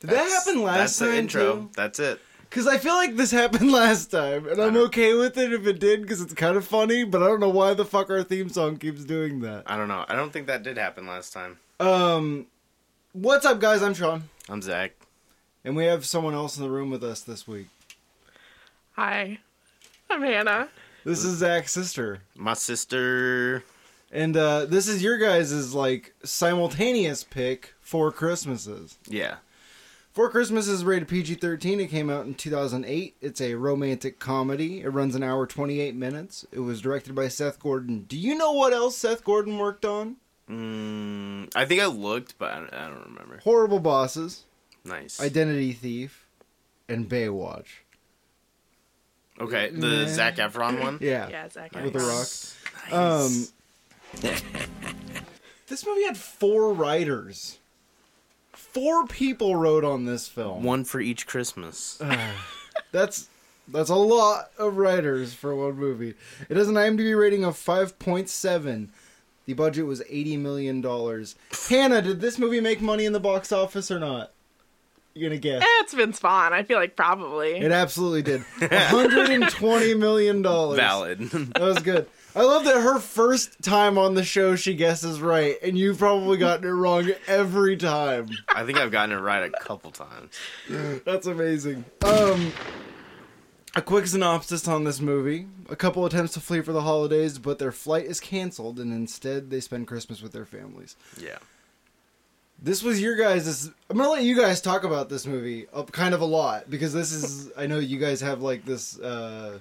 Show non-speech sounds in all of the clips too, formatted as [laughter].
Did that happen last that's time the intro. too? That's it. Because I feel like this [laughs] happened last time, and I'm don't- okay with it if it did, because it's kind of funny. But I don't know why the fuck our theme song keeps doing that. I don't know. I don't think that did happen last time. Um, what's up, guys? I'm Sean, I'm Zach. and we have someone else in the room with us this week. Hi, I'm Hannah. This is Zach's sister, My sister. and uh, this is your guys' like simultaneous pick for Christmases. Yeah. Four Christmases is rated PG 13. It came out in 2008. It's a romantic comedy. It runs an hour 28 minutes. It was directed by Seth Gordon. Do you know what else Seth Gordon worked on? Mm, I think I looked, but I don't, I don't remember. Horrible Bosses, Nice. Identity Thief, and Baywatch. okay, the Yeah. Zach Efron one. Yeah. Yeah, Zach. With The Efron. Rock. Nice. Um, this movie had four writers. Four people wrote on this film. one for each Christmas. Uh, That's that's a lot of writers for one movie. It has an IMDb rating of five point seven. The budget was eighty million dollars. Hannah, did this movie make money in the box office or not? You're gonna guess. Eh, it's been Spawn. I feel like probably. It absolutely did. hundred and twenty million dollars. Valid. That was good. I love that her first time on the show she guesses right, and you've probably gotten it wrong every time. [laughs] I think I've gotten it right a couple times. That's amazing. Um, a quick synopsis on this movie. A couple attempts to flee for the holidays, but their flight is canceled, and instead they spend Christmas with their families. Yeah. This was your guys'. I'm gonna let you guys talk about this movie up kind of a lot because this is. I know you guys have like this. uh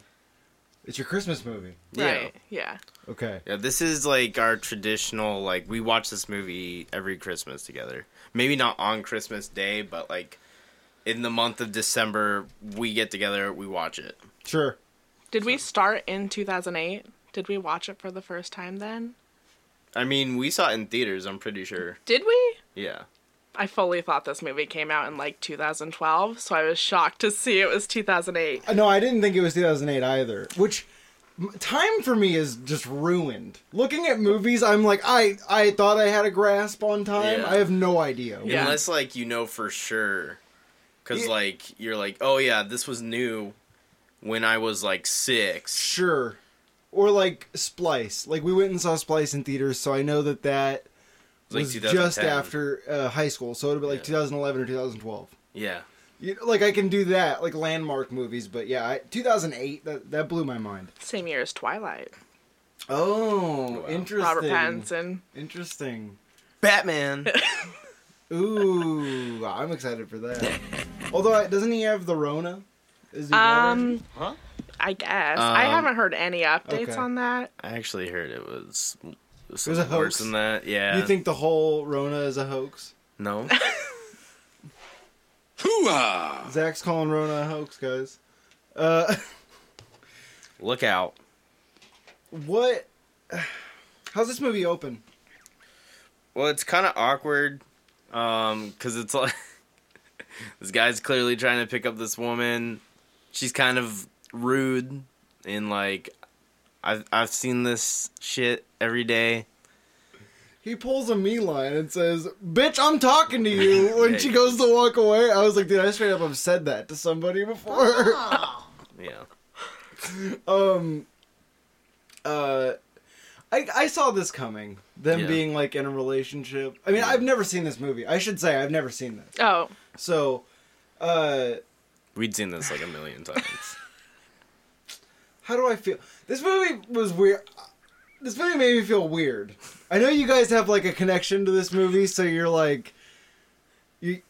It's your Christmas movie. Yeah. Right. Yeah. Okay. Yeah, this is like our traditional like we watch this movie every Christmas together. Maybe not on Christmas Day, but like in the month of December, we get together, we watch it. Sure. Did we start in 2008? Did we watch it for the first time then? I mean, we saw it in theaters, I'm pretty sure. Did we? Yeah. I fully thought this movie came out in like 2012, so I was shocked to see it was 2008. Uh, No, I didn't think it was 2008 either. Which m- time for me is just ruined. Looking at movies, I'm like, I I thought I had a grasp on time. Yeah. I have no idea. Yeah. Unless like you know for sure cuz Yeah. like you're like, "Oh yeah, this was new when I was like 6." Sure. Or like Splice. Like we went and saw Splice in theaters, so I know that that It was was like just 2010. after uh, high school. So it'd be like Yeah. 2011 or 2012. Yeah. You, like I can do that, like landmark movies, but yeah, I, 2008 that that blew my mind. Same year as Twilight. Oh, Wow. interesting. Robert Pattinson. Interesting. [laughs] Batman. Ooh, I'm excited for [laughs] that. Although, I- doesn't he have the Rona? Is he married? Um, Huh? I guess. I Um, haven't heard any updates okay. on that. I actually heard it was it was was a hoax. worse than that. Yeah. you think the whole Rona is a hoax? No. Zach's calling Rona a hoax, guys. Uh, Look out. what? [sighs] How's this movie open? Well, it's kind of awkward um cuz it's like [laughs] this guy's clearly trying to pick up this woman. She's kind of rude and like I've I've seen this shit every day. He pulls a me line and says, "Bitch, I'm talking to [laughs] you." When Yeah. she goes to walk away, I was like, "Dude, I straight up have said that to somebody before." Yeah. [laughs] um uh I, I saw this coming them Yeah. being like in a relationship i mean Yeah. i've never seen this movie i should say i've never seen this Oh, so uh We'd seen this like a [laughs] million times. how do i feel this movie was weird this movie made me feel weird i know you guys have like a connection to this movie so you're like you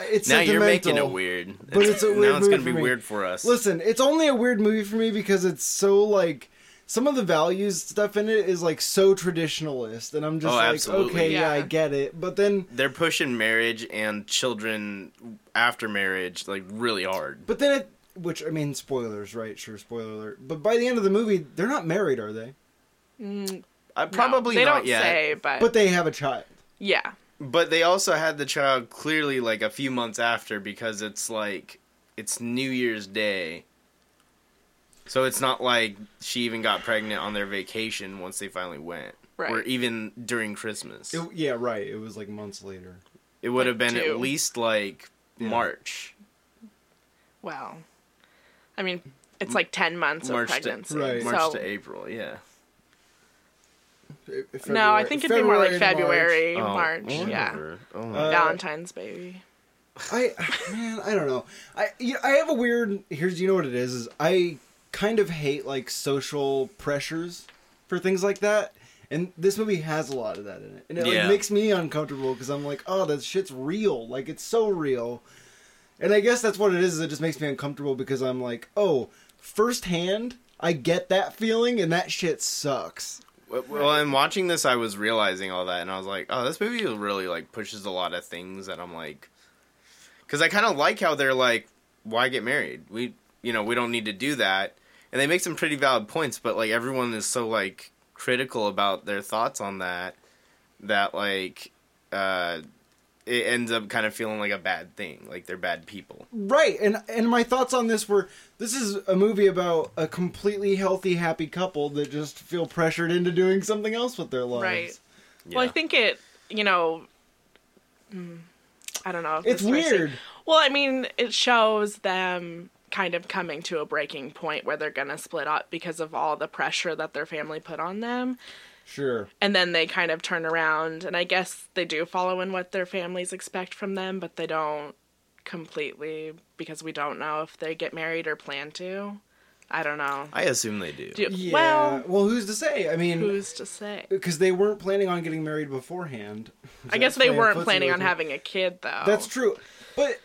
it's now you're making sentimental. it weird. But it's a weird Now it's movie gonna be for me. weird for us. Listen, it's only a weird movie for me because it's so like some of the values stuff in it is like so traditionalist, and I'm just Oh, like, absolutely. okay, yeah. I Yeah. get it. But then, They're pushing marriage and children after marriage like really hard. but then it, which I mean, spoilers, right? Sure, spoiler alert. But by the end of the movie, they're not married, are they? I mm, no, Uh, probably they not don't yet. say, but, But they have a child. yeah, But they also had the child clearly like a few months after because it's like it's New Year's Day. So it's not like she even got pregnant on their vacation once they finally went. Or Right. even during Christmas. It, yeah, right. It was like months later. It would have been Two. at least like Yeah. March. Well, I mean, it's like 10 months March of to- pregnancy. Right. So, March to April, yeah. Fe- no, I February- think it'd be more like to March. February, Oh, March. Yeah. whatever. Oh my Uh, Valentine's baby. I man, I don't know. I you know, I have a weird. Here's you know what it is is I kind of hate like social pressures for things like that, and this movie has a lot of that in it, and it Yeah. like, makes me uncomfortable because I'm like, oh, that shit's real. Like it's so real, and I guess that's what it is. Is it just makes me uncomfortable because I'm like, oh, firsthand, I get that feeling, and that shit sucks. Well, well, and watching this, I was realizing all that, and I was like, "Oh, this movie really like pushes a lot of things that I'm like," because I kind of like how they're like, "Why get married? We, you know, we don't need to do that," and they make some pretty valid points, but like everyone is so like critical about their thoughts on that that like uh it ends up kind of feeling like a bad thing, like they're bad people. Right, and and my thoughts on this were this is a movie about a completely healthy, happy couple that just feel pressured into doing something else with their lives. Right. Yeah. Well, I think it, you know, mm, I don't know. if It's this makes sense. weird. Well, I mean, it shows them kind of coming to a breaking point where they're going to split up because of all the pressure that their family put on them. Sure. And then they kind of turn around, and I guess they do follow in what their families expect from them, but they don't completely because we don't know if they get married or plan to. I don't know. I assume they do. Do- Yeah. Well, Well, who's to say? I mean, who's to say? because they weren't planning on getting married beforehand. [laughs] I guess That's they playing weren't footsie planning with on me. having a kid, though. That's true, but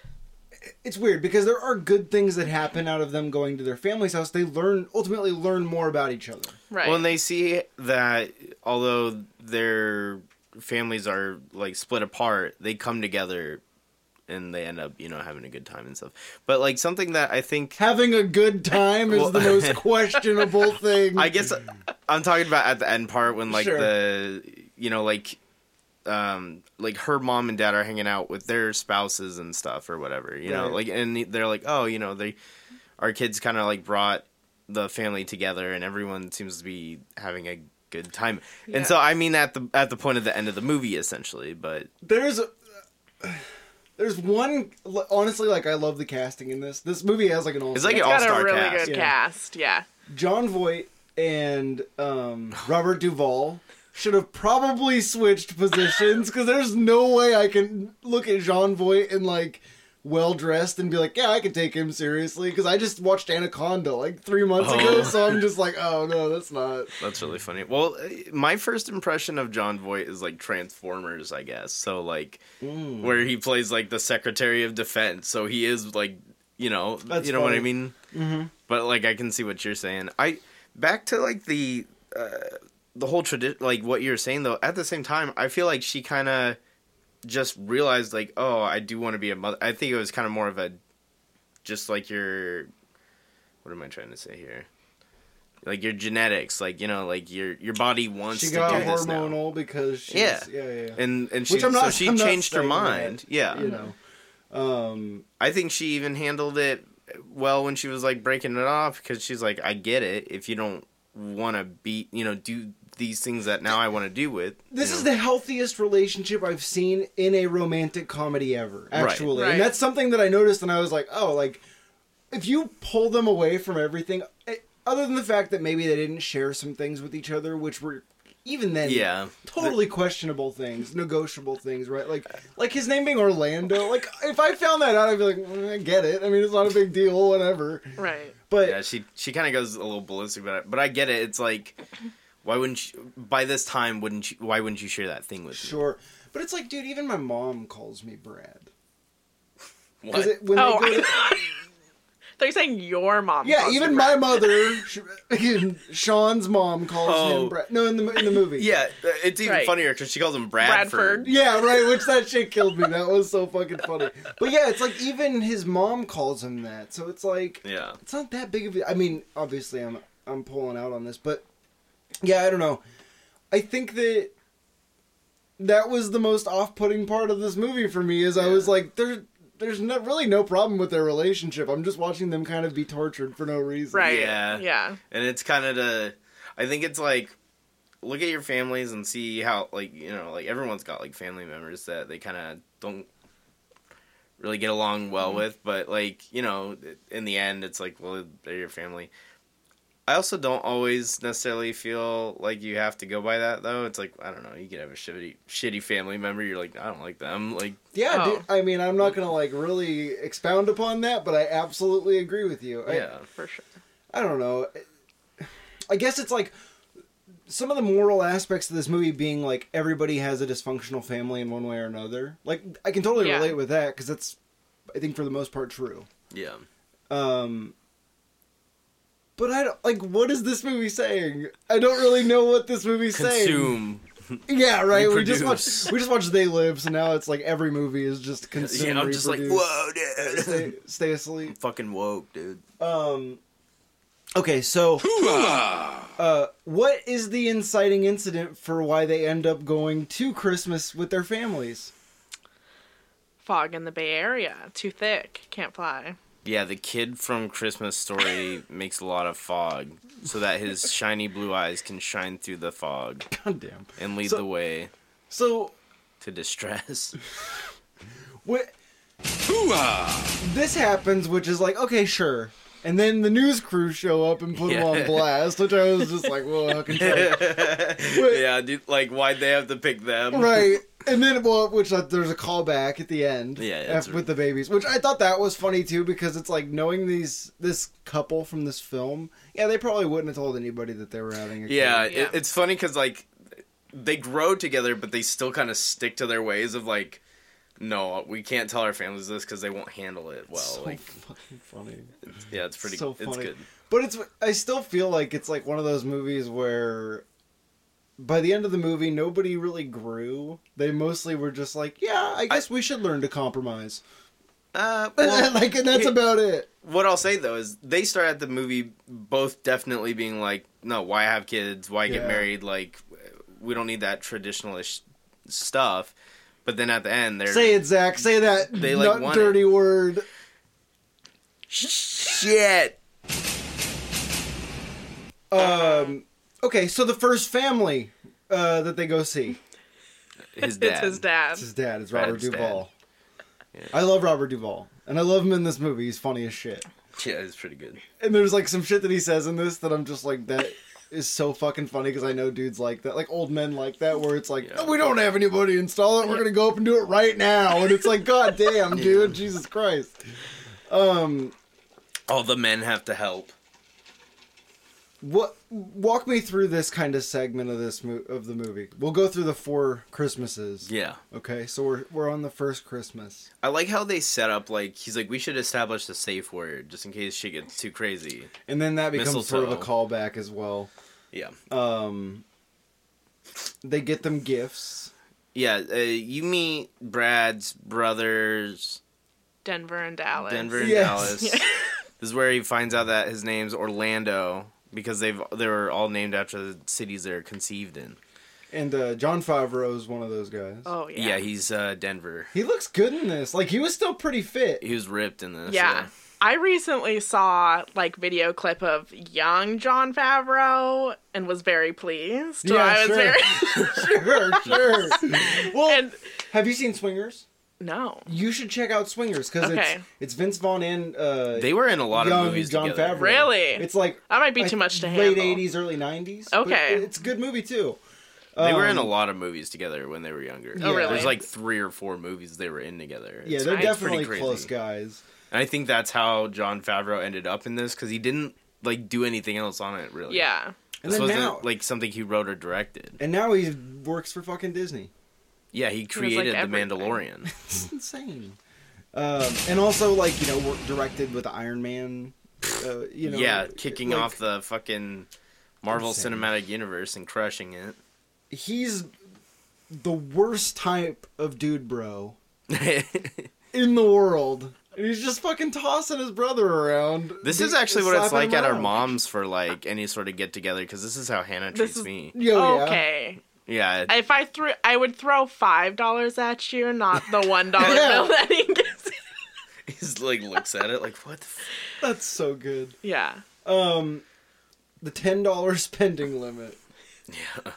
it's weird because there are good things that happen out of them going to their family's house. They learn ultimately learn more about each other. right. Well, and they see that although their families are like split apart, they come together and they end up, you know, having a good time and stuff. But like something that I think Having a good time is Well- the [laughs] most questionable thing. I guess uh, I'm talking about at the end part when like Sure. the you know like um like her mom and dad are hanging out with their spouses and stuff or whatever you know Right. like and they're like oh you know they our kids kind of like brought the family together and everyone seems to be having a good time and so Yeah. I mean at the at the point of the end of the movie essentially but there's there's one honestly like I love the casting in this. This movie has like an all It's like It's an got a all-star really cast. good Yeah. cast. Yeah. John Voight and um, Robert Duvall should have probably switched positions because there's no way I can look at John Voight and like well dressed and be like, yeah, I can take him seriously because I just watched Anaconda like three months ago, Oh. so I'm just like, oh no, that's not. that's really funny well uh, my first impression of John Voight is like Transformers I guess so like where he plays like the Secretary of Defense. So he is like, you know, That's you know what I funny. Mm-hmm. mean. But like, I can see what you're saying. I back to like the uh, the whole tradition, like what you're saying though. At the same time, I feel like she kind of just realized like, oh, I do want to be a mother. I think it was kind of more of a just like your what am I trying to say here. Like your genetics, like you know, like your your body wants She to got do this now, hormonal because she's, Yeah. yeah, yeah, yeah. and and she Which I'm not- so she I'm not changed her saying that, mind, yeah, you know. Um, I think she even handled it well when she was like breaking it off because she's like, I get it if you don't want to be, you know, do these things that now I want to do with. This you is know. the healthiest relationship I've seen in a romantic comedy ever, Right. actually. Right. And that's something that I noticed and I was like, oh, like, if you pull them away from everything, eh, other than the fact that maybe they didn't share some things with each other, which were even then Yeah. totally questionable things negotiable things right like like his name being orlando like if i found that out i'd be like "Mm, i get it i mean it's not a big deal whatever Right. but yeah, she she kind of goes a little ballistic about it, but I get it. It's like, why wouldn't you, by this time wouldn't you, why wouldn't you share that thing with sure but it's like dude even my mom calls me brad me? 'Cause What? it- when they oh, go I to- know. [laughs] They're saying your mom. Yeah, calls even you my Brad. mother, Sean's mom calls Oh. him Brad. No, in the in the movie. yeah, it's even Right. funnier because she calls him Bradford. Bradford. Yeah, right. Which that shit killed me. That was so fucking funny. But yeah, it's like even his mom calls him that. So it's like Yeah, it's not that big of a. I mean, obviously, I'm I'm pulling out on this, but yeah, I don't know. I think that that was the most off-putting part of this movie for me. Is I was Yeah. like, there, there's no, really no problem with their relationship. I'm just watching them kind of be tortured for no reason. [laughs] Right. Yeah. Yeah. Yeah. and it's kind of the i think it's like look at your families and see how like you know like everyone's got like family members that they kind of don't really get along well with. But like you know, in the end, it's like well, they're your family. I also don't always necessarily feel like you have to go by that though. It's like I don't know, you could have a shitty shitty family member. You're like I don't like them. Like Yeah, Oh. dude, I mean, I'm not gonna like really expound upon that, but I absolutely agree with you. I- yeah, for sure. I don't know. I guess it's like some of the moral aspects of this movie being like everybody has a dysfunctional family in one way or another. Like I can totally Yeah. relate with that because that's I think for the most part true. yeah. Um, but I don't like what is this movie saying? I don't really know what this movie's saying. Consume. Yeah, right. We just Reproduce. watched we just watched They Live, so now it's like every movie is just consume. [laughs] Yeah, I'm just like reproduce, whoa, dude. [laughs] Stay, stay asleep. Fucking woke, dude. Um. Okay, so uh, what is the inciting incident for why they end up going to Christmas with their families? [laughs] Fog in the Bay Area, too thick, can't fly. Yeah, the kid from Christmas Story [laughs] makes a lot of fog so that his shiny blue eyes can shine through the fog Goddamn. and lead So- the way So [laughs] to distress. [laughs] what? This happens, which is like okay, sure. And then the news crew show up and put them on Yeah. blast, which I was just like, whoa, how can yeah, dude, like why'd they have to pick them? right? And then, well, which uh, there's a callback at the end, Yeah, af- that's with the babies, which I thought that was funny too, because it's like knowing these this couple from this film. Yeah, they probably wouldn't have told anybody that they were having a kid. Yeah, Yeah. It, it's funny because like they grow together, but they still kind of stick to their ways of like, no, we can't tell our families this because they won't handle it well. so like, fucking funny. yeah, it's pretty. so funny. It's good. But it's I still feel like it's like one of those movies where by the end of the movie nobody really grew. They mostly were just like, yeah, I guess we should learn to compromise. Uh, [laughs] like and that's about it. what I'll say though is they start at the movie both definitely being like, no, why have kids? Why get Yeah. married? Like, we don't need that traditionalish stuff. But then at the end, they're Say it, Zach. Say that They, like, nut want dirty word. shit. Um, okay, so the first family uh, that they go see, His [laughs] It's dad. his dad. it's his dad, is Robert Brad's dad. Duvall. Yeah. I love Robert Duvall, and I love him in this movie. He's funny as shit. Yeah, it's pretty good. And there's like some shit that he says in this that I'm just like that. Is so fucking funny because I know dudes like that, like old men like that, where it's like, Yeah. "No, we don't have anybody install it. We're gonna go up and do it right now, and it's like, god [laughs] damn, dude, Jesus Christ. Um, All the men have to help. what? Walk me through this kind of segment of this mo- of the movie. We'll go through the four Christmases. Yeah. Okay, so we're we're on the first Christmas. I like how they set up like he's like we should establish the safe word just in case shit gets too crazy. And then that becomes sort of a Mistletoe. callback as well. Yeah. Um they get them gifts. Yeah, uh, you meet Brad's brothers Denver and Dallas. Denver and Yes. Dallas. this is where he finds out that his name's Orlando because they've they were all named after the cities they're conceived in. And uh John Favreau is one of those guys. Oh Yeah, yeah. he's uh, Denver. He looks good in this. Like he was still pretty [laughs] fit. He was ripped in this. Yeah. I recently saw like video clip of young John Favreau and was very pleased. So Yeah, I was sure. very sure, [laughs] sure. [laughs] Well, and have you seen Swingers? no. You should check out Swingers because Okay. it's it's Vince Vaughn and uh They were in a lot young of movies John together. Favreau. Really? It's like That might be I- too much to late handle. '80s, early '90s. Okay. but it's a good movie too. They were in a Um, lot of movies together when they were younger. Oh, really? There's like three or four movies they were in together. Yeah, It's- they're it's pretty definitely crazy. close guys. And I think that's how John Favreau ended up in this because he didn't like do anything else on it really. Yeah. And this then wasn't now, like something he wrote or directed. and now he works for fucking Disney. [laughs] Yeah, he created The everything. Mandalorian. It's insane. Um, and also, like you know, wor- directed with Iron Man. Uh, you know, yeah, kicking like, off the fucking Marvel Insane. Cinematic Universe and [laughs] crushing it. He's the worst type of dude, bro, in the world. And he's just fucking tossing his brother around. this Dude, is actually what it's slapping like him at our around. mom's for like any sort of get together because this is how Hannah treats is- me. Yo, Oh, yeah. okay. Yeah, If I threw I would throw five dollars at you, not [laughs] the one dollar Yeah. bill that he gives. you. [laughs] he's like looks at it like what the. F-? That's so good. Yeah. Um, the ten dollar [laughs] spending limit. Yeah,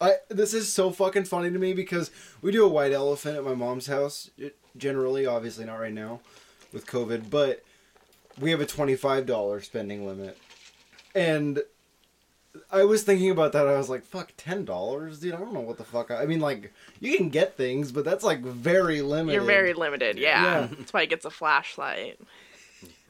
I this is so fucking funny to me because we do a white elephant at my mom's house. It, generally, obviously not right now with COVID, but we have a $25 spending limit. And I was thinking about that. I was like, fuck, $10? Dude, I don't know what the fuck. I, I mean, like, you can get things, but that's like very limited. You're very limited, yeah. Yeah. That's why he gets a flashlight.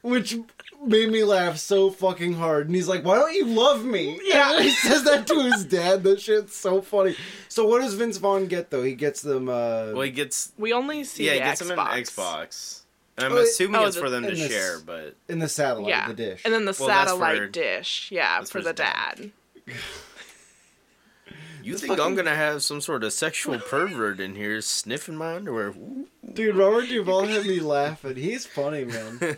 Which made me laugh so fucking hard. And he's like, why don't you love me? Yeah. And [laughs] he says that to his dad. That shit's so funny. So, what does Vince Vaughn get, though? He gets them, uh. Well, he gets We only see yeah, the he gets Xbox. them an Xbox. And I'm Oh, it- assuming oh, it's the- for them to and this- share, but in the satellite, yeah, the dish. and then the Well, that's satellite for- dish, yeah, that's for for the his dad. dad. you think I'm gonna have some sort of sexual pervert in here sniffing my underwear? [laughs] Ooh. Dude, Robert Duvall had me laughing. He's funny, [laughs] man. Uh,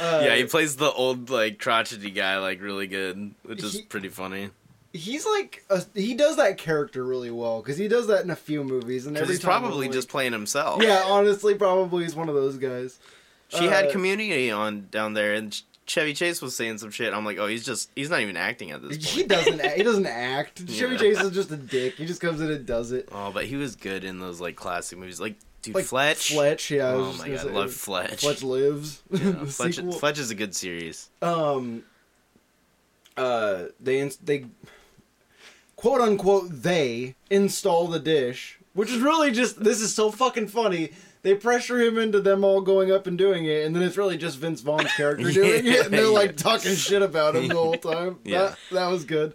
yeah, he plays the old like crotchety guy like really good, which is He- pretty funny. he's like a, he does that character really well because he does that in a few movies, and Because every he's time I'm probably like- just playing himself. yeah, honestly, probably he's one of those guys. She had Uh, Community on down there, and Ch- Chevy Chase was saying some shit. I'm like, oh, he's just he's not even acting at [laughs] this point. He doesn't. act- He doesn't act. [laughs] Chevy Yeah. Chase is just a dick. He just comes in and does it. Oh, but he was good in those like classic movies, like dude Like Fletch. Fletch, yeah. I was Oh just my gonna god, say, love Fletch. Fletch lives. [laughs] [laughs] Yeah, the Fletch, sequel. Fletch is a good series. um uh they ins- they quote unquote they install the dish which is really just this is so fucking funny they pressure him into them all going up and doing it and then it's really just vince vaughn's [laughs] character doing it and they're like talking shit about him the whole time Yeah. that, that was good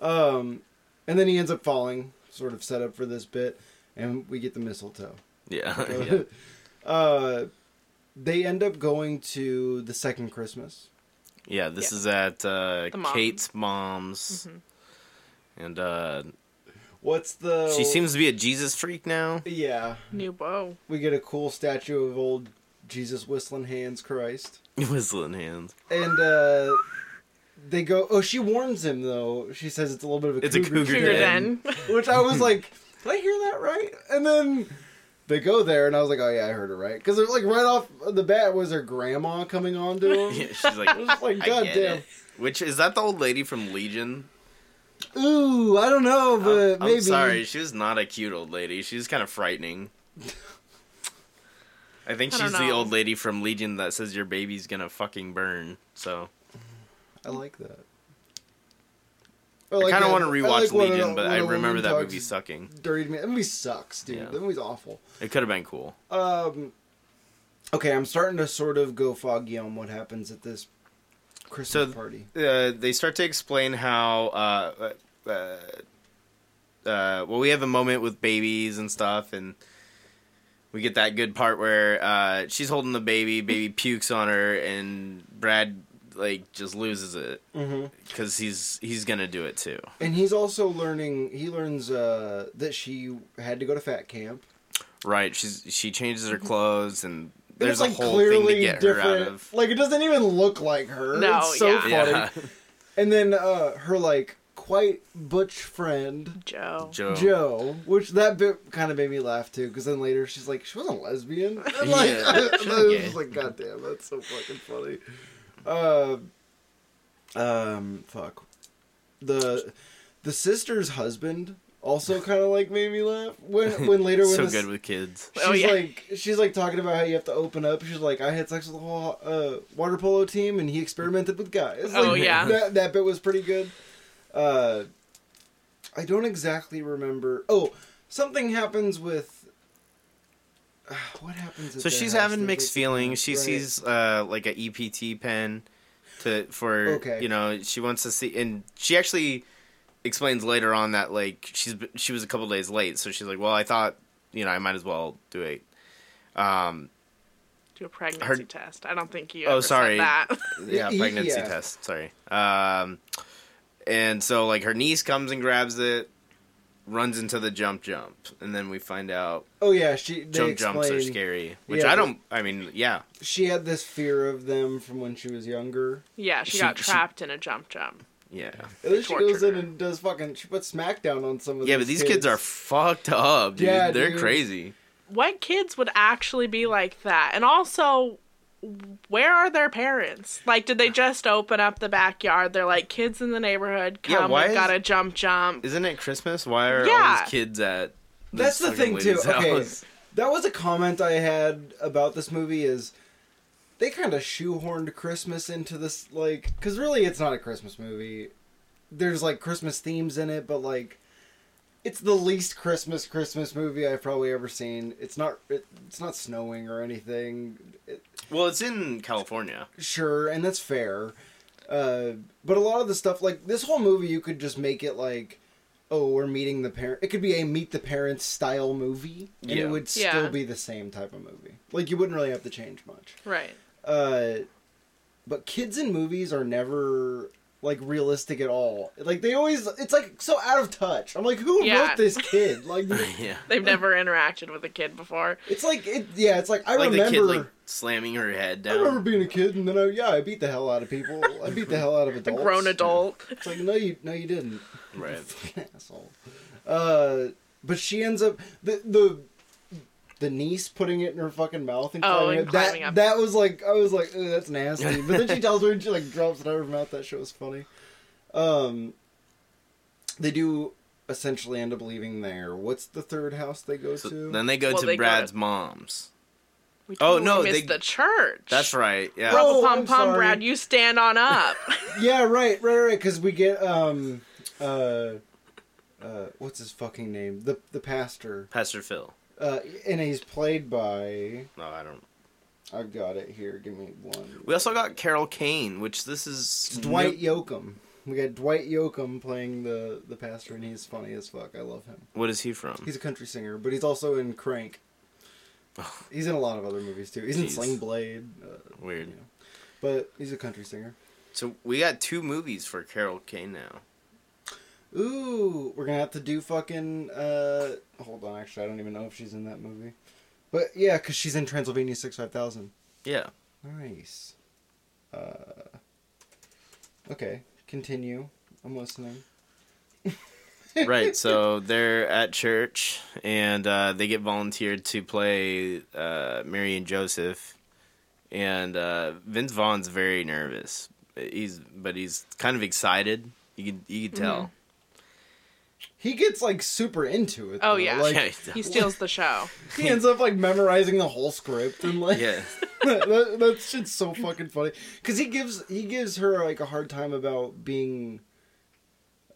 um and then he ends up falling sort of set up for this bit and we get the mistletoe Yeah, [laughs] yeah. [laughs] uh they end up going to the second christmas Yeah, this Yeah. is at uh, The mom. Mm-hmm. Kate's mom's, and uh, What's the? she seems to be a Jesus freak now. [laughs] Yeah, New bow. we get a cool statue of old Jesus whistling hands Christ, Whistling hands. [laughs] and uh they go. Oh, she warns him though. She says it's a little bit of a It's a cougar Cougar den. den. [laughs] which I was like, did I hear that right? And then they go there, and I was like, oh yeah, I heard it right, because like right off the bat was her grandma coming on to [laughs] Yeah, him. [laughs] she's like, I was just like, I get goddamn. it. Which is that the old lady from Legion? Ooh, I don't know, but I'm- I'm maybe. sorry, she was not a cute old lady. She's kind of frightening. I think I don't she's the know. old lady from Legion that says your baby's gonna fucking burn. So I like that. I kind of want to like rewatch when a- Legion, but when I a woman remember that talks movie sucking. Dirty to me. That movie sucks, dude. Yeah. That movie's awful. It could have been cool. Um, okay, I'm starting to sort of go foggy on what happens at this Christmas So- party. uh, they start to explain how uh, uh, uh, well we have a moment with babies and stuff and we get that good part where uh, she's holding the baby baby pukes on her and brad like just loses it Mm-hmm. because he's he's gonna do it too And he's also learning. He learns uh, that she had to go to fat camp. right she's she changes her clothes and And Mm-hmm. it's there's like a whole thing clearly to get her different. [laughs] out of Like it doesn't even look like her. No, it's so yeah. funny. yeah And then uh, her like quite butch friend Joe. [laughs] joe, Joe, which that bit kind of made me laugh too, because then later she's like, she wasn't lesbian. [laughs] And, like, Yeah. I was just Yeah. like, God damn, that's so fucking funny. Um, um, fuck. The the sister's husband also kind of like made me laugh when when later when [laughs] so this- good [laughs] with kids she's Oh, yeah. like she's like talking about how you have to open up. She's like, I had sex with the whole uh, water polo team, and he experimented with guys. Oh, Like, yeah. that that bit was pretty good. Uh, I don't exactly remember. Oh, something happens with. Uh, what happens? at So their she's house? having There's, mixed like, feelings. She right. sees uh, like a EPT pen to for Okay. you know she wants to see, and she actually explains later on that like she's she was a couple days late, so she's like, well, I thought you know I might as well do it. Um, Do a pregnancy Her- test. I don't think you. Oh, ever said sorry. that. [laughs] yeah, Y- pregnancy yeah. test. Sorry. Um, and so like her niece comes and grabs it, runs into the jump jump, and then we find out Oh yeah, she they jump jumps are explain- scary, which Yeah, I but- don't. I mean, yeah, She had this fear of them from when she was younger. yeah, she, She- got she- trapped in a jump jump. yeah. And then she Torture goes in her. and does fucking. She puts smackdown on some of Yeah, but these kids are fucked up, dude. Yeah, They're dude. crazy. What kids would actually be like that? And also, where are their parents? [sighs] Like, did they just open up the backyard? They're like, kids in the neighborhood, Yeah, come, why we've is- got a jump jump. Isn't it Christmas? Why are all Yeah. these kids at? That's the fucking thing, too. lady's Okay. house? [laughs] That was a comment I had about this movie is they kind of shoehorned Christmas into this like cuz really it's not a Christmas movie. There's like Christmas themes in it, but like it's the least Christmas Christmas movie I've probably ever seen. It's not it, it's not snowing or anything. It, Well, it's in California. [laughs] sure, and that's fair. Uh, but a lot of the stuff like this whole movie you could just make it like oh, we're meeting the parent. It could be a meet the parents style movie and Yeah. it would Yeah. still be the same type of movie. Like you wouldn't really have to change much. Right. Uh, but kids in movies are never like realistic at all. Like they always it's like so out of touch. I'm like who Yeah. wrote this kid? [laughs] Like yeah. [laughs] They've never interacted with a kid before. It's like it, yeah. It's like [laughs] I Like remember. the kid like um, slamming her head I down. remember being a kid, and then I yeah, I beat the hell out of people. I beat the hell out of [laughs] A adults. grown adult. It's like no, you no, you didn't, [laughs] Right. asshole. Uh, but she ends up the the the niece putting it in her fucking mouth and Oh, climbing and up. climbing that up. that was like I was like "Ugh, that's nasty. But then she [laughs] tells her and she like drops it out of her mouth. That shit was funny. Um, they do essentially end up leaving there. What's the third house they go So to? then they go Well, to they go Brad's to- mom's. We Oh, totally no, missed they- the church. That's right. Yeah. Bro- Oh, I'm pom pom, sorry. Brad. You stand [laughs] on up. Yeah, right, right, right. Because we get um, uh, uh, what's his fucking name? The the pastor, Pastor Phil. uh, and he's played by. No, I don't. I've got it here. Give me one. We also got Carol Kane, which this is It's Dwight Yoakam. We got Dwight Yoakam playing the the pastor, and he's funny as fuck. I love him. What is he from? He's a country singer, but he's also in Crank. He's in a lot of other movies too. He's in Jeez. Sling Blade, uh, Weird. but he's a country singer. So we got two movies for Carol Kane now. Ooh, we're gonna have to do fucking. Uh, hold on, actually, I don't even know if she's in that movie. But yeah, because she's in Transylvania Six Five Thousand. [laughs] Yeah. Nice. Uh, okay, continue. I'm listening. right. So they're at church and uh, they get volunteered to play uh, Mary and Joseph. And uh, Vince Vaughn's very nervous. He's but he's kind of excited. You can you can tell. He gets like super into it. Oh, though. yeah. like, [laughs] Yeah, he does. he steals the show. he ends up like memorizing the whole script and like yeah. [laughs] that, that shit's so fucking funny because he gives he gives her like a hard time about being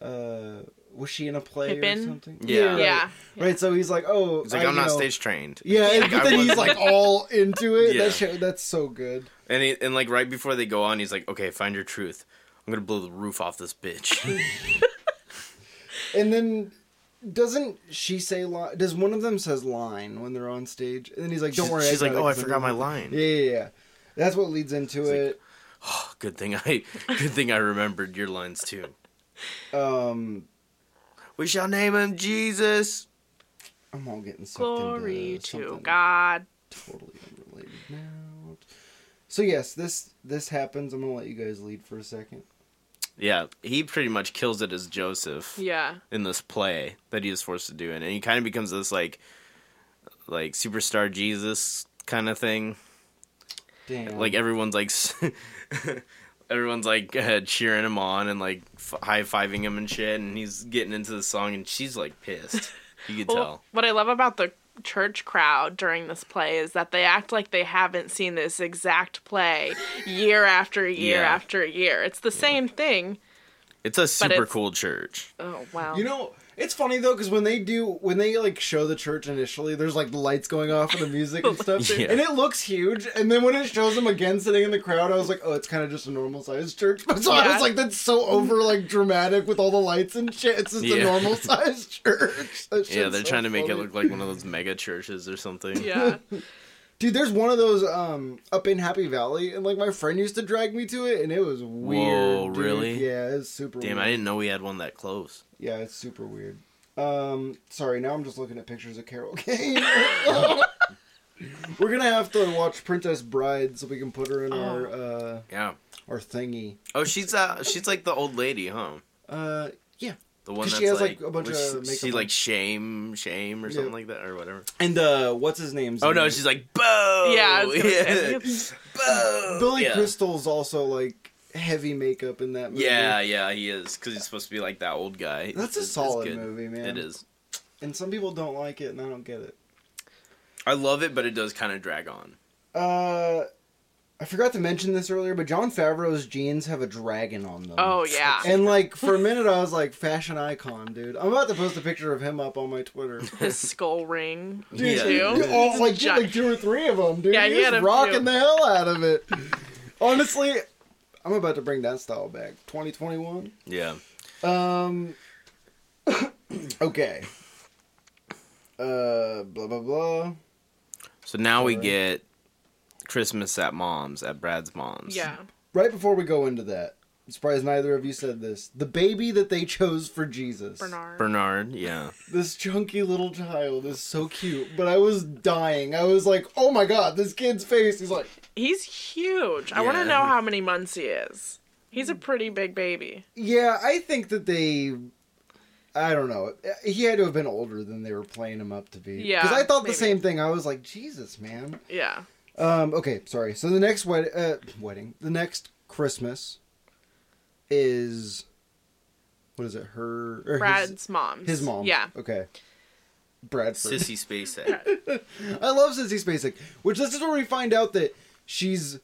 uh was she in a play or Pippin? something Yeah. right. Yeah. right so he's like oh He's like, I, I'm you not know- stage trained. yeah, and- [laughs] I but then he's wasn't- like all into it Yeah. that shit, that's so good And he, and like right before they go on, he's like, "Okay, find your truth. I'm gonna blow the roof off this bitch." and then doesn't she say line does one of them says line when they're on stage and then he's like don't She's- worry She's I like, got it "Oh, I 'cause forgot my remember." line." yeah yeah yeah that's what leads into it Oh, good thing I, good thing I remembered your lines too. um We shall name him Jesus. I'm all getting sucked Glory into to something God. totally unrelated now. So yes, this this happens. I'm gonna let you guys lead for a second. Yeah, he pretty much kills it as Joseph Yeah. in this play that he is forced to do, and, and he kind of becomes this like, like superstar Jesus kind of thing. Damn. Like everyone's like, s- [laughs] everyone's like uh, cheering him on and like f- high fiving him and shit, and he's getting into the song, and she's like pissed. You could [laughs] Well, tell. what I love about the church crowd during this play is that they act like they haven't seen this exact play year after year Yeah. after year. It's the same thing. It's a super it's- cool church. Oh wow. you know, it's funny though because when they do when they like show the church initially, there's like lights going off and the music and stuff, [laughs] Yeah. and it looks huge. And then when it shows them again sitting in the crowd, I was like, oh, it's kind of just a normal sized church. [laughs] But so I Yeah. was like, that's so over like dramatic with all the lights and shit. It's just a Yeah. normal [laughs] sized church. [laughs] That Yeah, shit's they're so trying to make it funny. look like one of those mega churches or something. yeah. Dude, there's one of those um up in Happy Valley, and like my friend used to drag me to it, and it was weird. Whoa, dude. really? Yeah, it's super. Damn, weird. I didn't know we had one that close. Yeah, it's super weird. Um, sorry, now I'm just looking at pictures of Carol Kane. We're gonna have to watch Princess Bride so we can put her in our uh Yeah. our thingy. Oh, she's uh, she's like the old lady, huh? Uh, yeah. The one 'Cause that's she has, like, a bunch where of she, makeup she on. like shame, shame or Yeah. something like that or whatever. And uh, what's his name's? Oh in no, it? she's like Bo. Yeah, I was gonna say, [laughs] Bo. Billy oh, yeah. Crystal's also like heavy makeup in that movie. Yeah, yeah, he is because he's supposed to be like that old guy. That's a It's- it's solid good. movie, man. It is. And some people don't like it, and I don't get it. I love it, but it does kind of drag on. Uh, I forgot to mention this earlier, but John Favreau's jeans have a dragon on them. Oh yeah. [laughs] And like for a minute, I was like, "Fashion icon, dude." I'm about to post a picture of him up on my [laughs] Twitter. His skull ring Yeah. too. Dude, Oh, like, Jack- like two or three of them, dude. Yeah, he, he was had a few. rocking the hell out of it. [laughs] Honestly, I'm about to bring that style back. 2021. Yeah. Um. [coughs] okay. Uh, blah blah blah. So now we Alright. get Christmas at mom's at Brad's mom's. Yeah. Right before we go into that, I'm surprised neither of you said this. The baby that they chose for Jesus, Bernard. Bernard. Yeah. this chunky little child, is so cute. But I was dying. I was like, "Oh my god, this kid's face." He's like, He's huge. I want Yeah. to know how many months he is. He's a pretty big baby. "Yeah, I think that they." I don't know. He had to have been older than they were playing him up to be. Yeah, Because I thought maybe. the same thing. I was like, Jesus, man. Yeah. Um, okay, sorry. So the next wed- uh, wedding, the next Christmas is what is it? Her or his, Brad's mom. his mom. Yeah. Okay. Bradford. [laughs] Sissy Spacek. I love Sissy Spacek, which this is where we find out that she's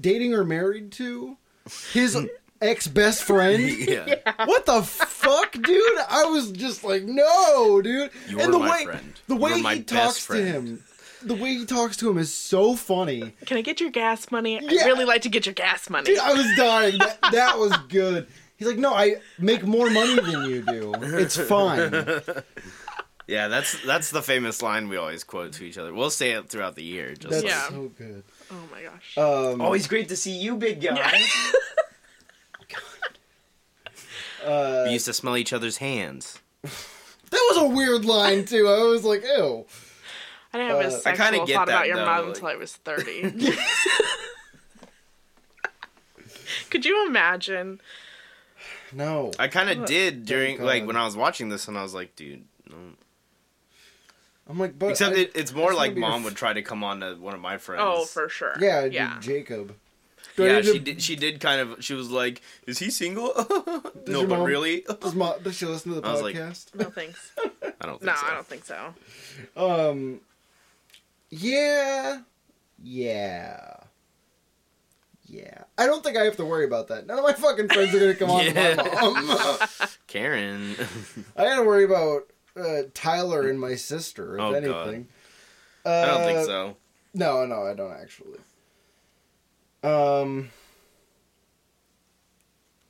dating or married to [laughs] his ex best friend. yeah. What the fuck, dude? I was just like, no, dude. You're and the my way friend. the You're way my he best talks friend. to him, the way he talks to him is so funny. Can I get your gas money? Yeah. I'd really like to get your gas money. Dude, I was dying. That, that was good. He's like, no, I make more money than you do. It's [laughs] fine. Yeah, that's that's the famous line we always quote to each other. We'll say it throughout the year. That's Just Yeah. so good. Oh my gosh. Um, always great to see you, big guy. uh, We used to smell each other's hands. that was a weird line too. I was like, ew. I didn't have a uh, I kinda sexual get thought that, about your though, mom like- until I [laughs] was 30. [laughs] Could you imagine? No. I kind of did during God. like when I was watching this, and I was like, dude. No. I'm like, but Except I- it, it's more it's like gonna be a mom f- would try to come on to one of my friends. Oh, for sure. yeah, dude, Yeah. Jacob. Do I Yeah, need to- she did. She did kind of. She was like, "Is he single?" [laughs] no, your but mom- really, Does, Ma- does she listen to the [laughs] I was like- podcast? No [laughs] thanks. I don't think No, so. I don't think so. Um. Yeah. Yeah. Yeah. I don't think I have to worry about that. None of my fucking friends are gonna come on Yeah. to my mom. [laughs] Karen. [laughs] I gotta worry about uh, Tyler and my sister, if Oh, God. anything. I don't Uh, think so. No, no, I don't actually. Um,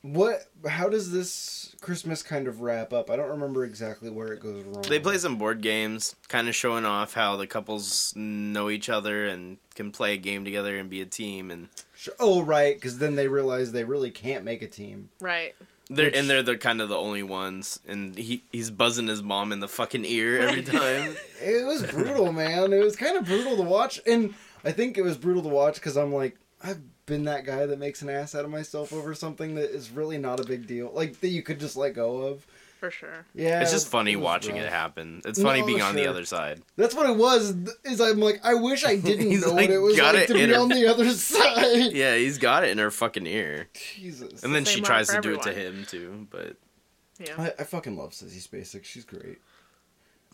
what? How does this Christmas kind of wrap up? I don't remember exactly where it goes wrong. They play some board games, kind of showing off how the couples know each other and can play a game together and be a team. And Sure- Oh, right, because then they realize they really can't make a team. Right. they're Which- and they're the kind of the only ones. And he he's buzzing his mom in the fucking [laughs] ear every time. It was [laughs] brutal, man. It was kind of brutal to watch, and I think it was brutal to watch because I'm like, I've been that guy that makes an ass out of myself over something that is really not a big deal, like that you could just let go of. For sure. Yeah, it's just funny it was watching rough. it happen. It's No, funny being on the sure. other side. That's what it was. th- Is I'm like, I wish [laughs] I didn't He's know like, what it was got like it to in be her- on the other [laughs] side. Yeah, he's got it in her fucking ear. Jesus. And then same she one tries for to do it to everyone. him too, but Yeah. I, I fucking love Sissy Spacek. She's great.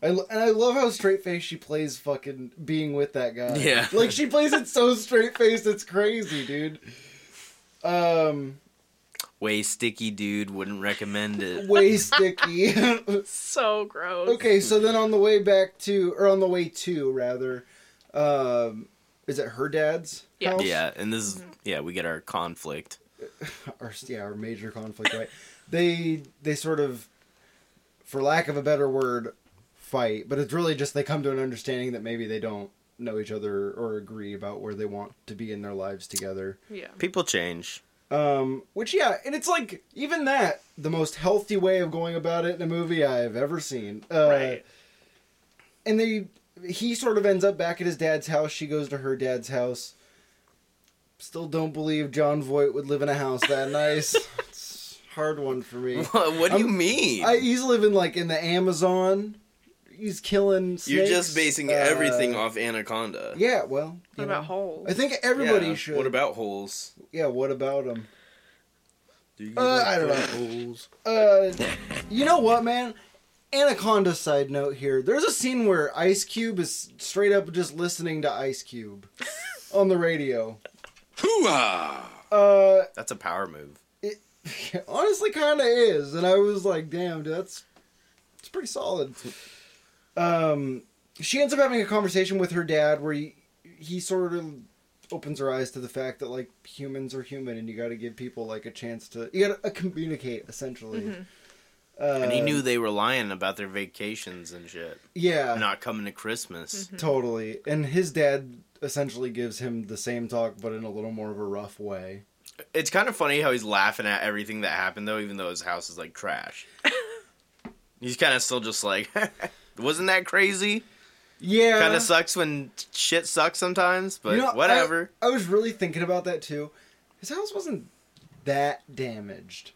I lo- and I love how straight faced she plays fucking being with that guy. Yeah. Like she plays it so straight faced, it's crazy, dude. Um, way sticky dude wouldn't [laughs] recommend it. way sticky. [laughs] So gross. okay, so then on the way back to, or on the way to rather, um, is it her dad's? Yeah. house? Yeah, and this Mm-hmm. is yeah, we get our conflict. our yeah our major conflict right they they sort of for lack of a better word fight but it's really just they come to an understanding that maybe they don't know each other or agree about where they want to be in their lives together Yeah. People change. um which yeah and it's like even that the most healthy way of going about it in a movie i've ever seen uh Right. and they he sort of ends up back at his dad's house. She goes to her dad's house. Still don't believe John Voight would live in a house that nice. [laughs] it's a hard one for me. [laughs] What, what do you I'm- mean? I, he's living like in the Amazon. He's killing. Snakes. You're just basing Uh, everything off Anaconda. Yeah, well, you What about know. holes? I think everybody Yeah, should. What about holes? Yeah, what about him? Do you Uh, I don't like holes? Uh, you know what, man? Anaconda side note here. There's a scene where Ice Cube is straight up just listening to Ice Cube on the radio. Hoo-ah! Uh, [laughs] That's a power move. it honestly kind of is, and I was like, damn, dude, that's it's pretty solid. Um, she ends up having a conversation with her dad where he, he sort of opens her eyes to the fact that like humans are human, and you got to give people like a chance to you got to communicate essentially. Uh, And he knew they were lying about their vacations and shit. yeah, Not coming to Mm-hmm. Christmas. Totally. And his dad essentially gives him the same talk, but in a little more of a rough way. It's kind of funny how he's laughing at everything that happened, though, even though his house is like [laughs] trash. he's kind of still just like, [laughs] wasn't that crazy? Yeah. Kind of sucks when shit sucks sometimes, but Uh-huh. You know, I- whatever. I, was really thinking about that too. His house wasn't that damaged.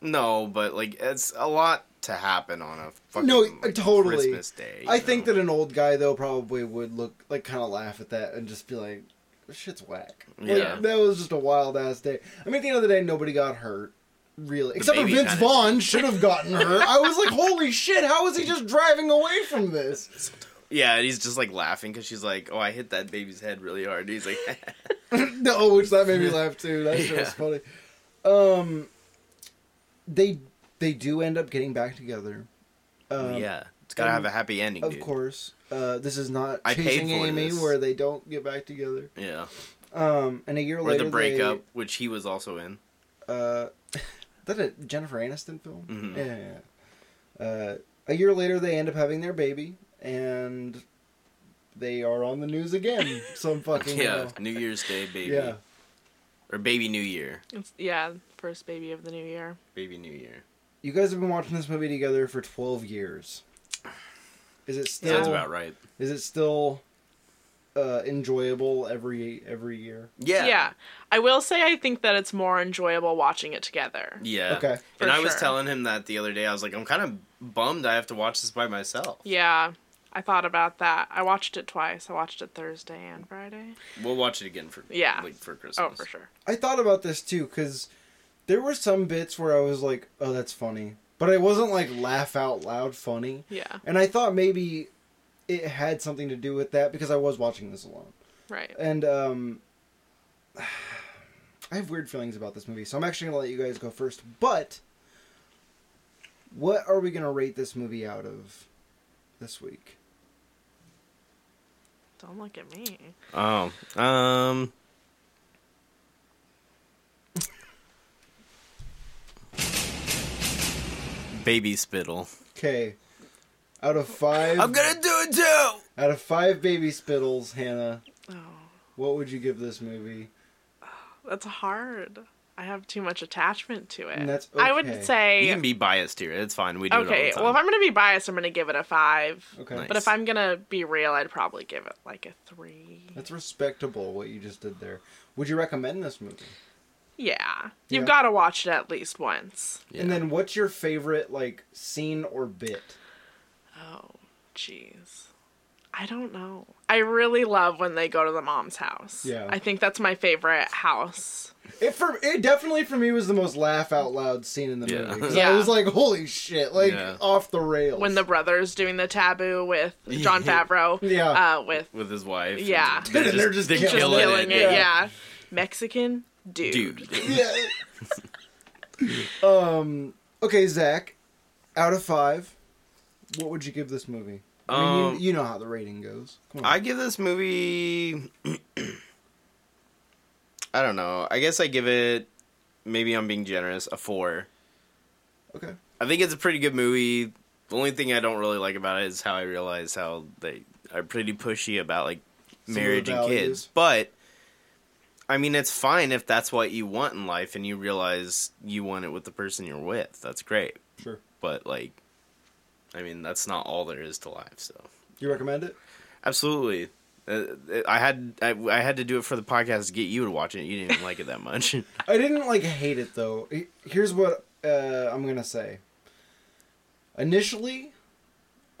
No, but like it's a lot to happen on a fucking No, like, totally. Christmas day. you I think know? that an old guy though probably would look like kind of laugh at that and just be like, "This shit's whack." Like, Yeah. that was just a wild ass day. I mean, at the end of the day, nobody got hurt. Really, except for baby Vince kinda Vaughn should have gotten hurt. I was like, "Holy shit! How is he just driving away from this?" yeah, and he's just like laughing because she's like, "Oh, I hit that baby's head really hard." And he's like, [laughs] No, which that made me laugh too. That shit was Yeah. funny. Um, they they do end up getting back together. Um, "Oh, "Yeah, it's gotta have a happy ending, of dude." course. Uh, this is not I paid chasing for Amy this. where they don't get back together. Yeah, Um, and a year or later, the they- breakup, which he was also in. [laughs] uh, [laughs] that a Jennifer Aniston film? Mhm. Yeah. yeah, yeah. Uh, a year later, they end up having their baby, and they are on the news [laughs] again. Some fucking Yeah, how. New Year's Day, baby, yeah. or baby New Year, It's, yeah, first baby of the new year. baby New Year. You guys have been watching this movie together for 12 years. Is it still Sounds about right. is it still uh, enjoyable every every year? Yeah, yeah. I will say I think that it's more enjoyable watching it together. yeah. Okay. And For I was sure. telling him that the other day. I was like, "I'm kind of bummed I have to watch this by myself." Yeah, I thought about that. I watched it twice. I watched it Thursday and Friday. We'll watch it again for Yeah. like for Christmas. Oh, for sure. I thought about this too cuz there were some bits where I was like, "Oh, that's funny." But I wasn't like laugh out loud funny. Yeah, And I thought maybe it had something to do with that because I was watching this alone. right. And um [sighs] I have weird feelings about this movie, so I'm actually gonna let you guys go first. But what are we gonna rate this movie out of this week? Don't look at me. Oh, um. Baby spittle. Okay. Out of five I'm gonna do it too. out of five baby spittles, Hannah, Oh, what would you give this movie? that's hard. I have too much attachment to it. And that's I okay. would say You can be biased here. It's fine. We do okay. it all the Well, if time. I'm gonna be biased, I'm gonna give it a five. Okay. Nice. But if I'm gonna be real, I'd probably give it like a three. That's respectable what you just did there. Would you recommend this movie? Yeah, Yeah. you've got to watch it at least once. And Yeah. then what's your favorite like scene or bit? Oh, jeez. I don't know. I really love when they go to the mom's house. Yeah. I think that's my favorite house. It for it definitely for me was the most laugh out loud scene in the Yeah. movie. 'Cause I Yeah. was like, holy shit, like Yeah. off the rails. When the brother's doing the [laughs] taboo with John Favreau. Yeah. Uh, with with his wife. Yeah. and They're And just, they're [laughs] they're just just killing just killing, killing it. yeah. Yeah. Mexican dude. Dude. [laughs] yeah. um. Okay, Zach. Out of five, what would you give this movie? I mean, Um, you, you know how the rating goes. Come on. I give this movie. [clears throat] I don't know. I guess I give it. Maybe I'm being generous. A four. okay. I think it's a pretty good movie. The only thing I don't really like about it is how I realize how they are pretty pushy about like Some of the marriage and values. kids. But I mean, it's fine if that's what you want in life and you realize you want it with the person you're with. That's great. Sure. But like, I mean, that's not all there is to life. So You recommend it? absolutely. Uh, I had I, I had to do it for the podcast to get you to watch it. You didn't even like it [laughs] that much. I didn't like hate it though. He- Here's what uh, I'm gonna say. Initially,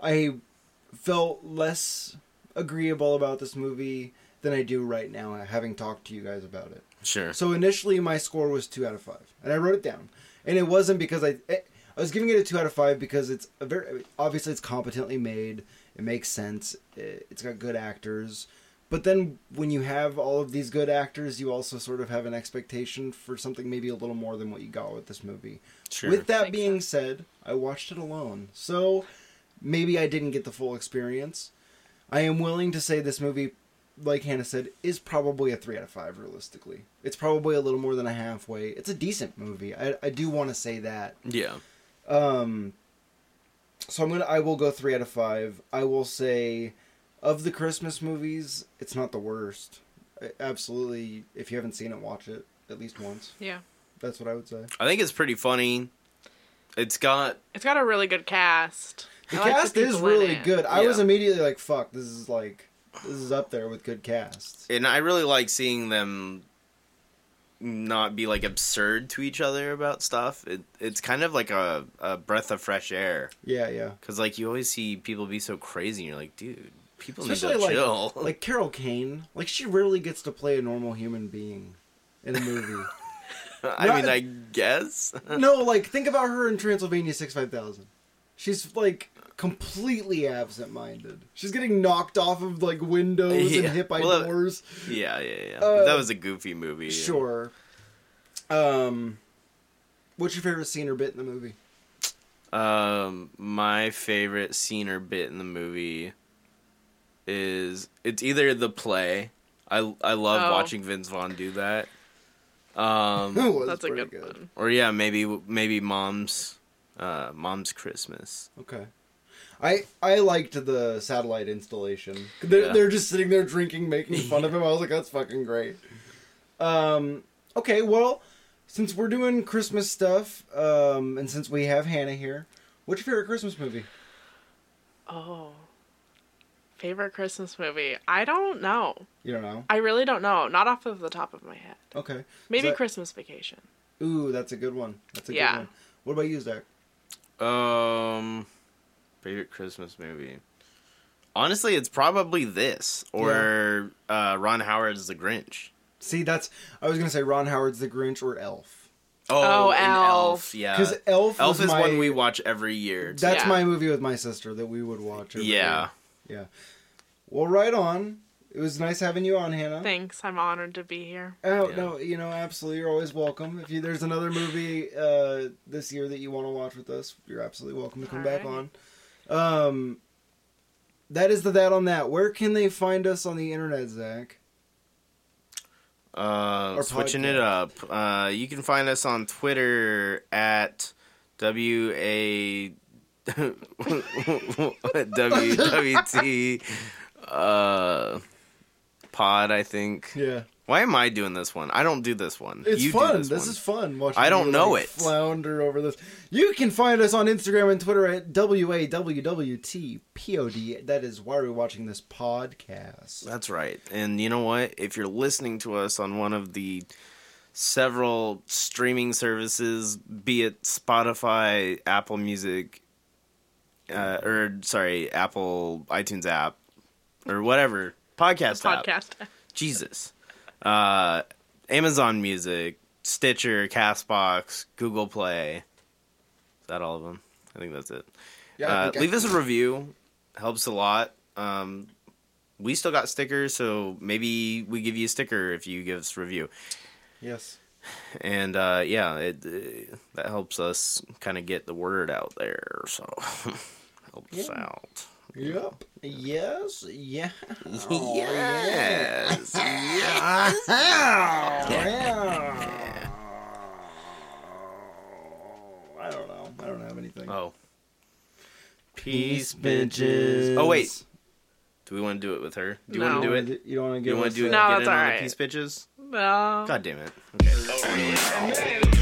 I felt less agreeable about this movie than I do right now, having talked to you guys about it. sure. So initially, my score was two out of five, and I wrote it down. And it wasn't because I. It, I was giving it a two out of five because it's a very obviously it's competently made. It makes sense. It, it's got good actors. But then when you have all of these good actors, you also sort of have an expectation for something maybe a little more than what you got with this movie. Sure. With that Makes being said, I watched it alone. So maybe I didn't get the full experience. I am willing to say this movie, like Hannah said, is probably a 3 out of 5 realistically. It's probably a little more than a halfway. It's a decent movie. I, I do want to say that. yeah. Um, so I'm gonna I will go three out of five. I will say, of the Christmas movies, it's not the worst. I- Absolutely, if you haven't seen it, watch it at least once. Yeah. That's what I would say. I think it's pretty funny. It's got It's got a really good cast. The I like cast is people in really it. good. I was Yeah. immediately like, "Fuck, this is like, this is up there with good casts." and I really like seeing them not be like absurd to each other about stuff. It it's kind of like a, a breath of fresh air Yeah, yeah. because like you always see people be so crazy. and You're like, dude, people Especially need to like chill. [laughs] like Carol Kane, like she rarely gets to play a normal human being in a [laughs] movie. [laughs] I not- mean, I [laughs] guess. no, like think about her in Transylvania Six Five Thousand. She's like completely absent-minded. She's getting knocked off of like windows [laughs] Yeah. and hit by Well, uh, doors. yeah, yeah, yeah. Uh, that was a goofy movie. Sure. Um, what's your favorite scene or bit in the movie? [laughs] Um, my favorite scene or bit in the movie is it's either the play. I I love Oh. watching Vince Vaughn do that. [laughs] Um, Ooh, That's a pretty good, one. or yeah, maybe maybe mom's uh mom's Christmas. Okay. I I liked the satellite installation. They're, Yeah. they're just sitting there drinking, making fun [laughs] of him. I was like, that's fucking great. Um, okay, well, since we're doing Christmas stuff, um, and since we have Hannah here, what's your favorite Christmas movie? Oh. Favorite Christmas movie? I don't know. You don't know. I really don't know. Not off of the top of my head. Okay. Maybe So- Christmas Vacation. Ooh, that's a good one. That's a Yeah. good one. What about you, Zach? Um, favorite Christmas movie. Honestly, it's probably this or uh, Ron Howard's The Grinch. See, that's I was gonna say Ron Howard's The Grinch or Elf. Oh, and Elf. Yeah, Because Elf, Uh, Elf was is my, one we watch every year. That's Yeah. my movie with my sister that we would watch. every yeah. year. Yeah. Well, right on. It was nice having you on, Hannah. Thanks. I'm honored to be here. Oh Yeah. no, you know, absolutely, you're always welcome. If you, there's another movie uh, this year that you want to watch with us, you're absolutely welcome to come All back right. on. Um, that is the that on that. Where can they find us on the internet, Zach? Uh, Or switching podcast. it up. Uh, you can find us on Twitter at w a [laughs] w w t uh, pod. I think. Yeah, Why am I doing this one? I don't do this one. it's you fun. Do This, one. is fun. Watching I don't you, know like, it. Flounder over this. You can find us on Instagram and Twitter at w a w w t p o d. That is why we're watching this podcast. That's right. And you know what? If you're listening to us on one of the several streaming services, be it Spotify, Apple Music, uh, or sorry, Apple iTunes app, or whatever podcast, app. Podcast. Jesus. Uh, Amazon Music, Stitcher, Castbox, Google Play. Is that all of them? I think that's it. Uh, okay. leave us a review. Helps a lot. Um, we still got stickers, so maybe we give you a sticker if you give us a review. Yes. And uh, yeah, it uh, that helps us kind of get the word out there. So [laughs] helps us Yeah. out. Yep. Yes. Yeah. Oh, yes. yeah. I don't know. I don't have anything. Oh. Peace, bitches. Oh wait, do we want to do it with her? Do you No. want to do it? You don't want to You give want us to do it? a- No, Get that's in on the alright. Peace, bitches. Well, God damn it. Okay.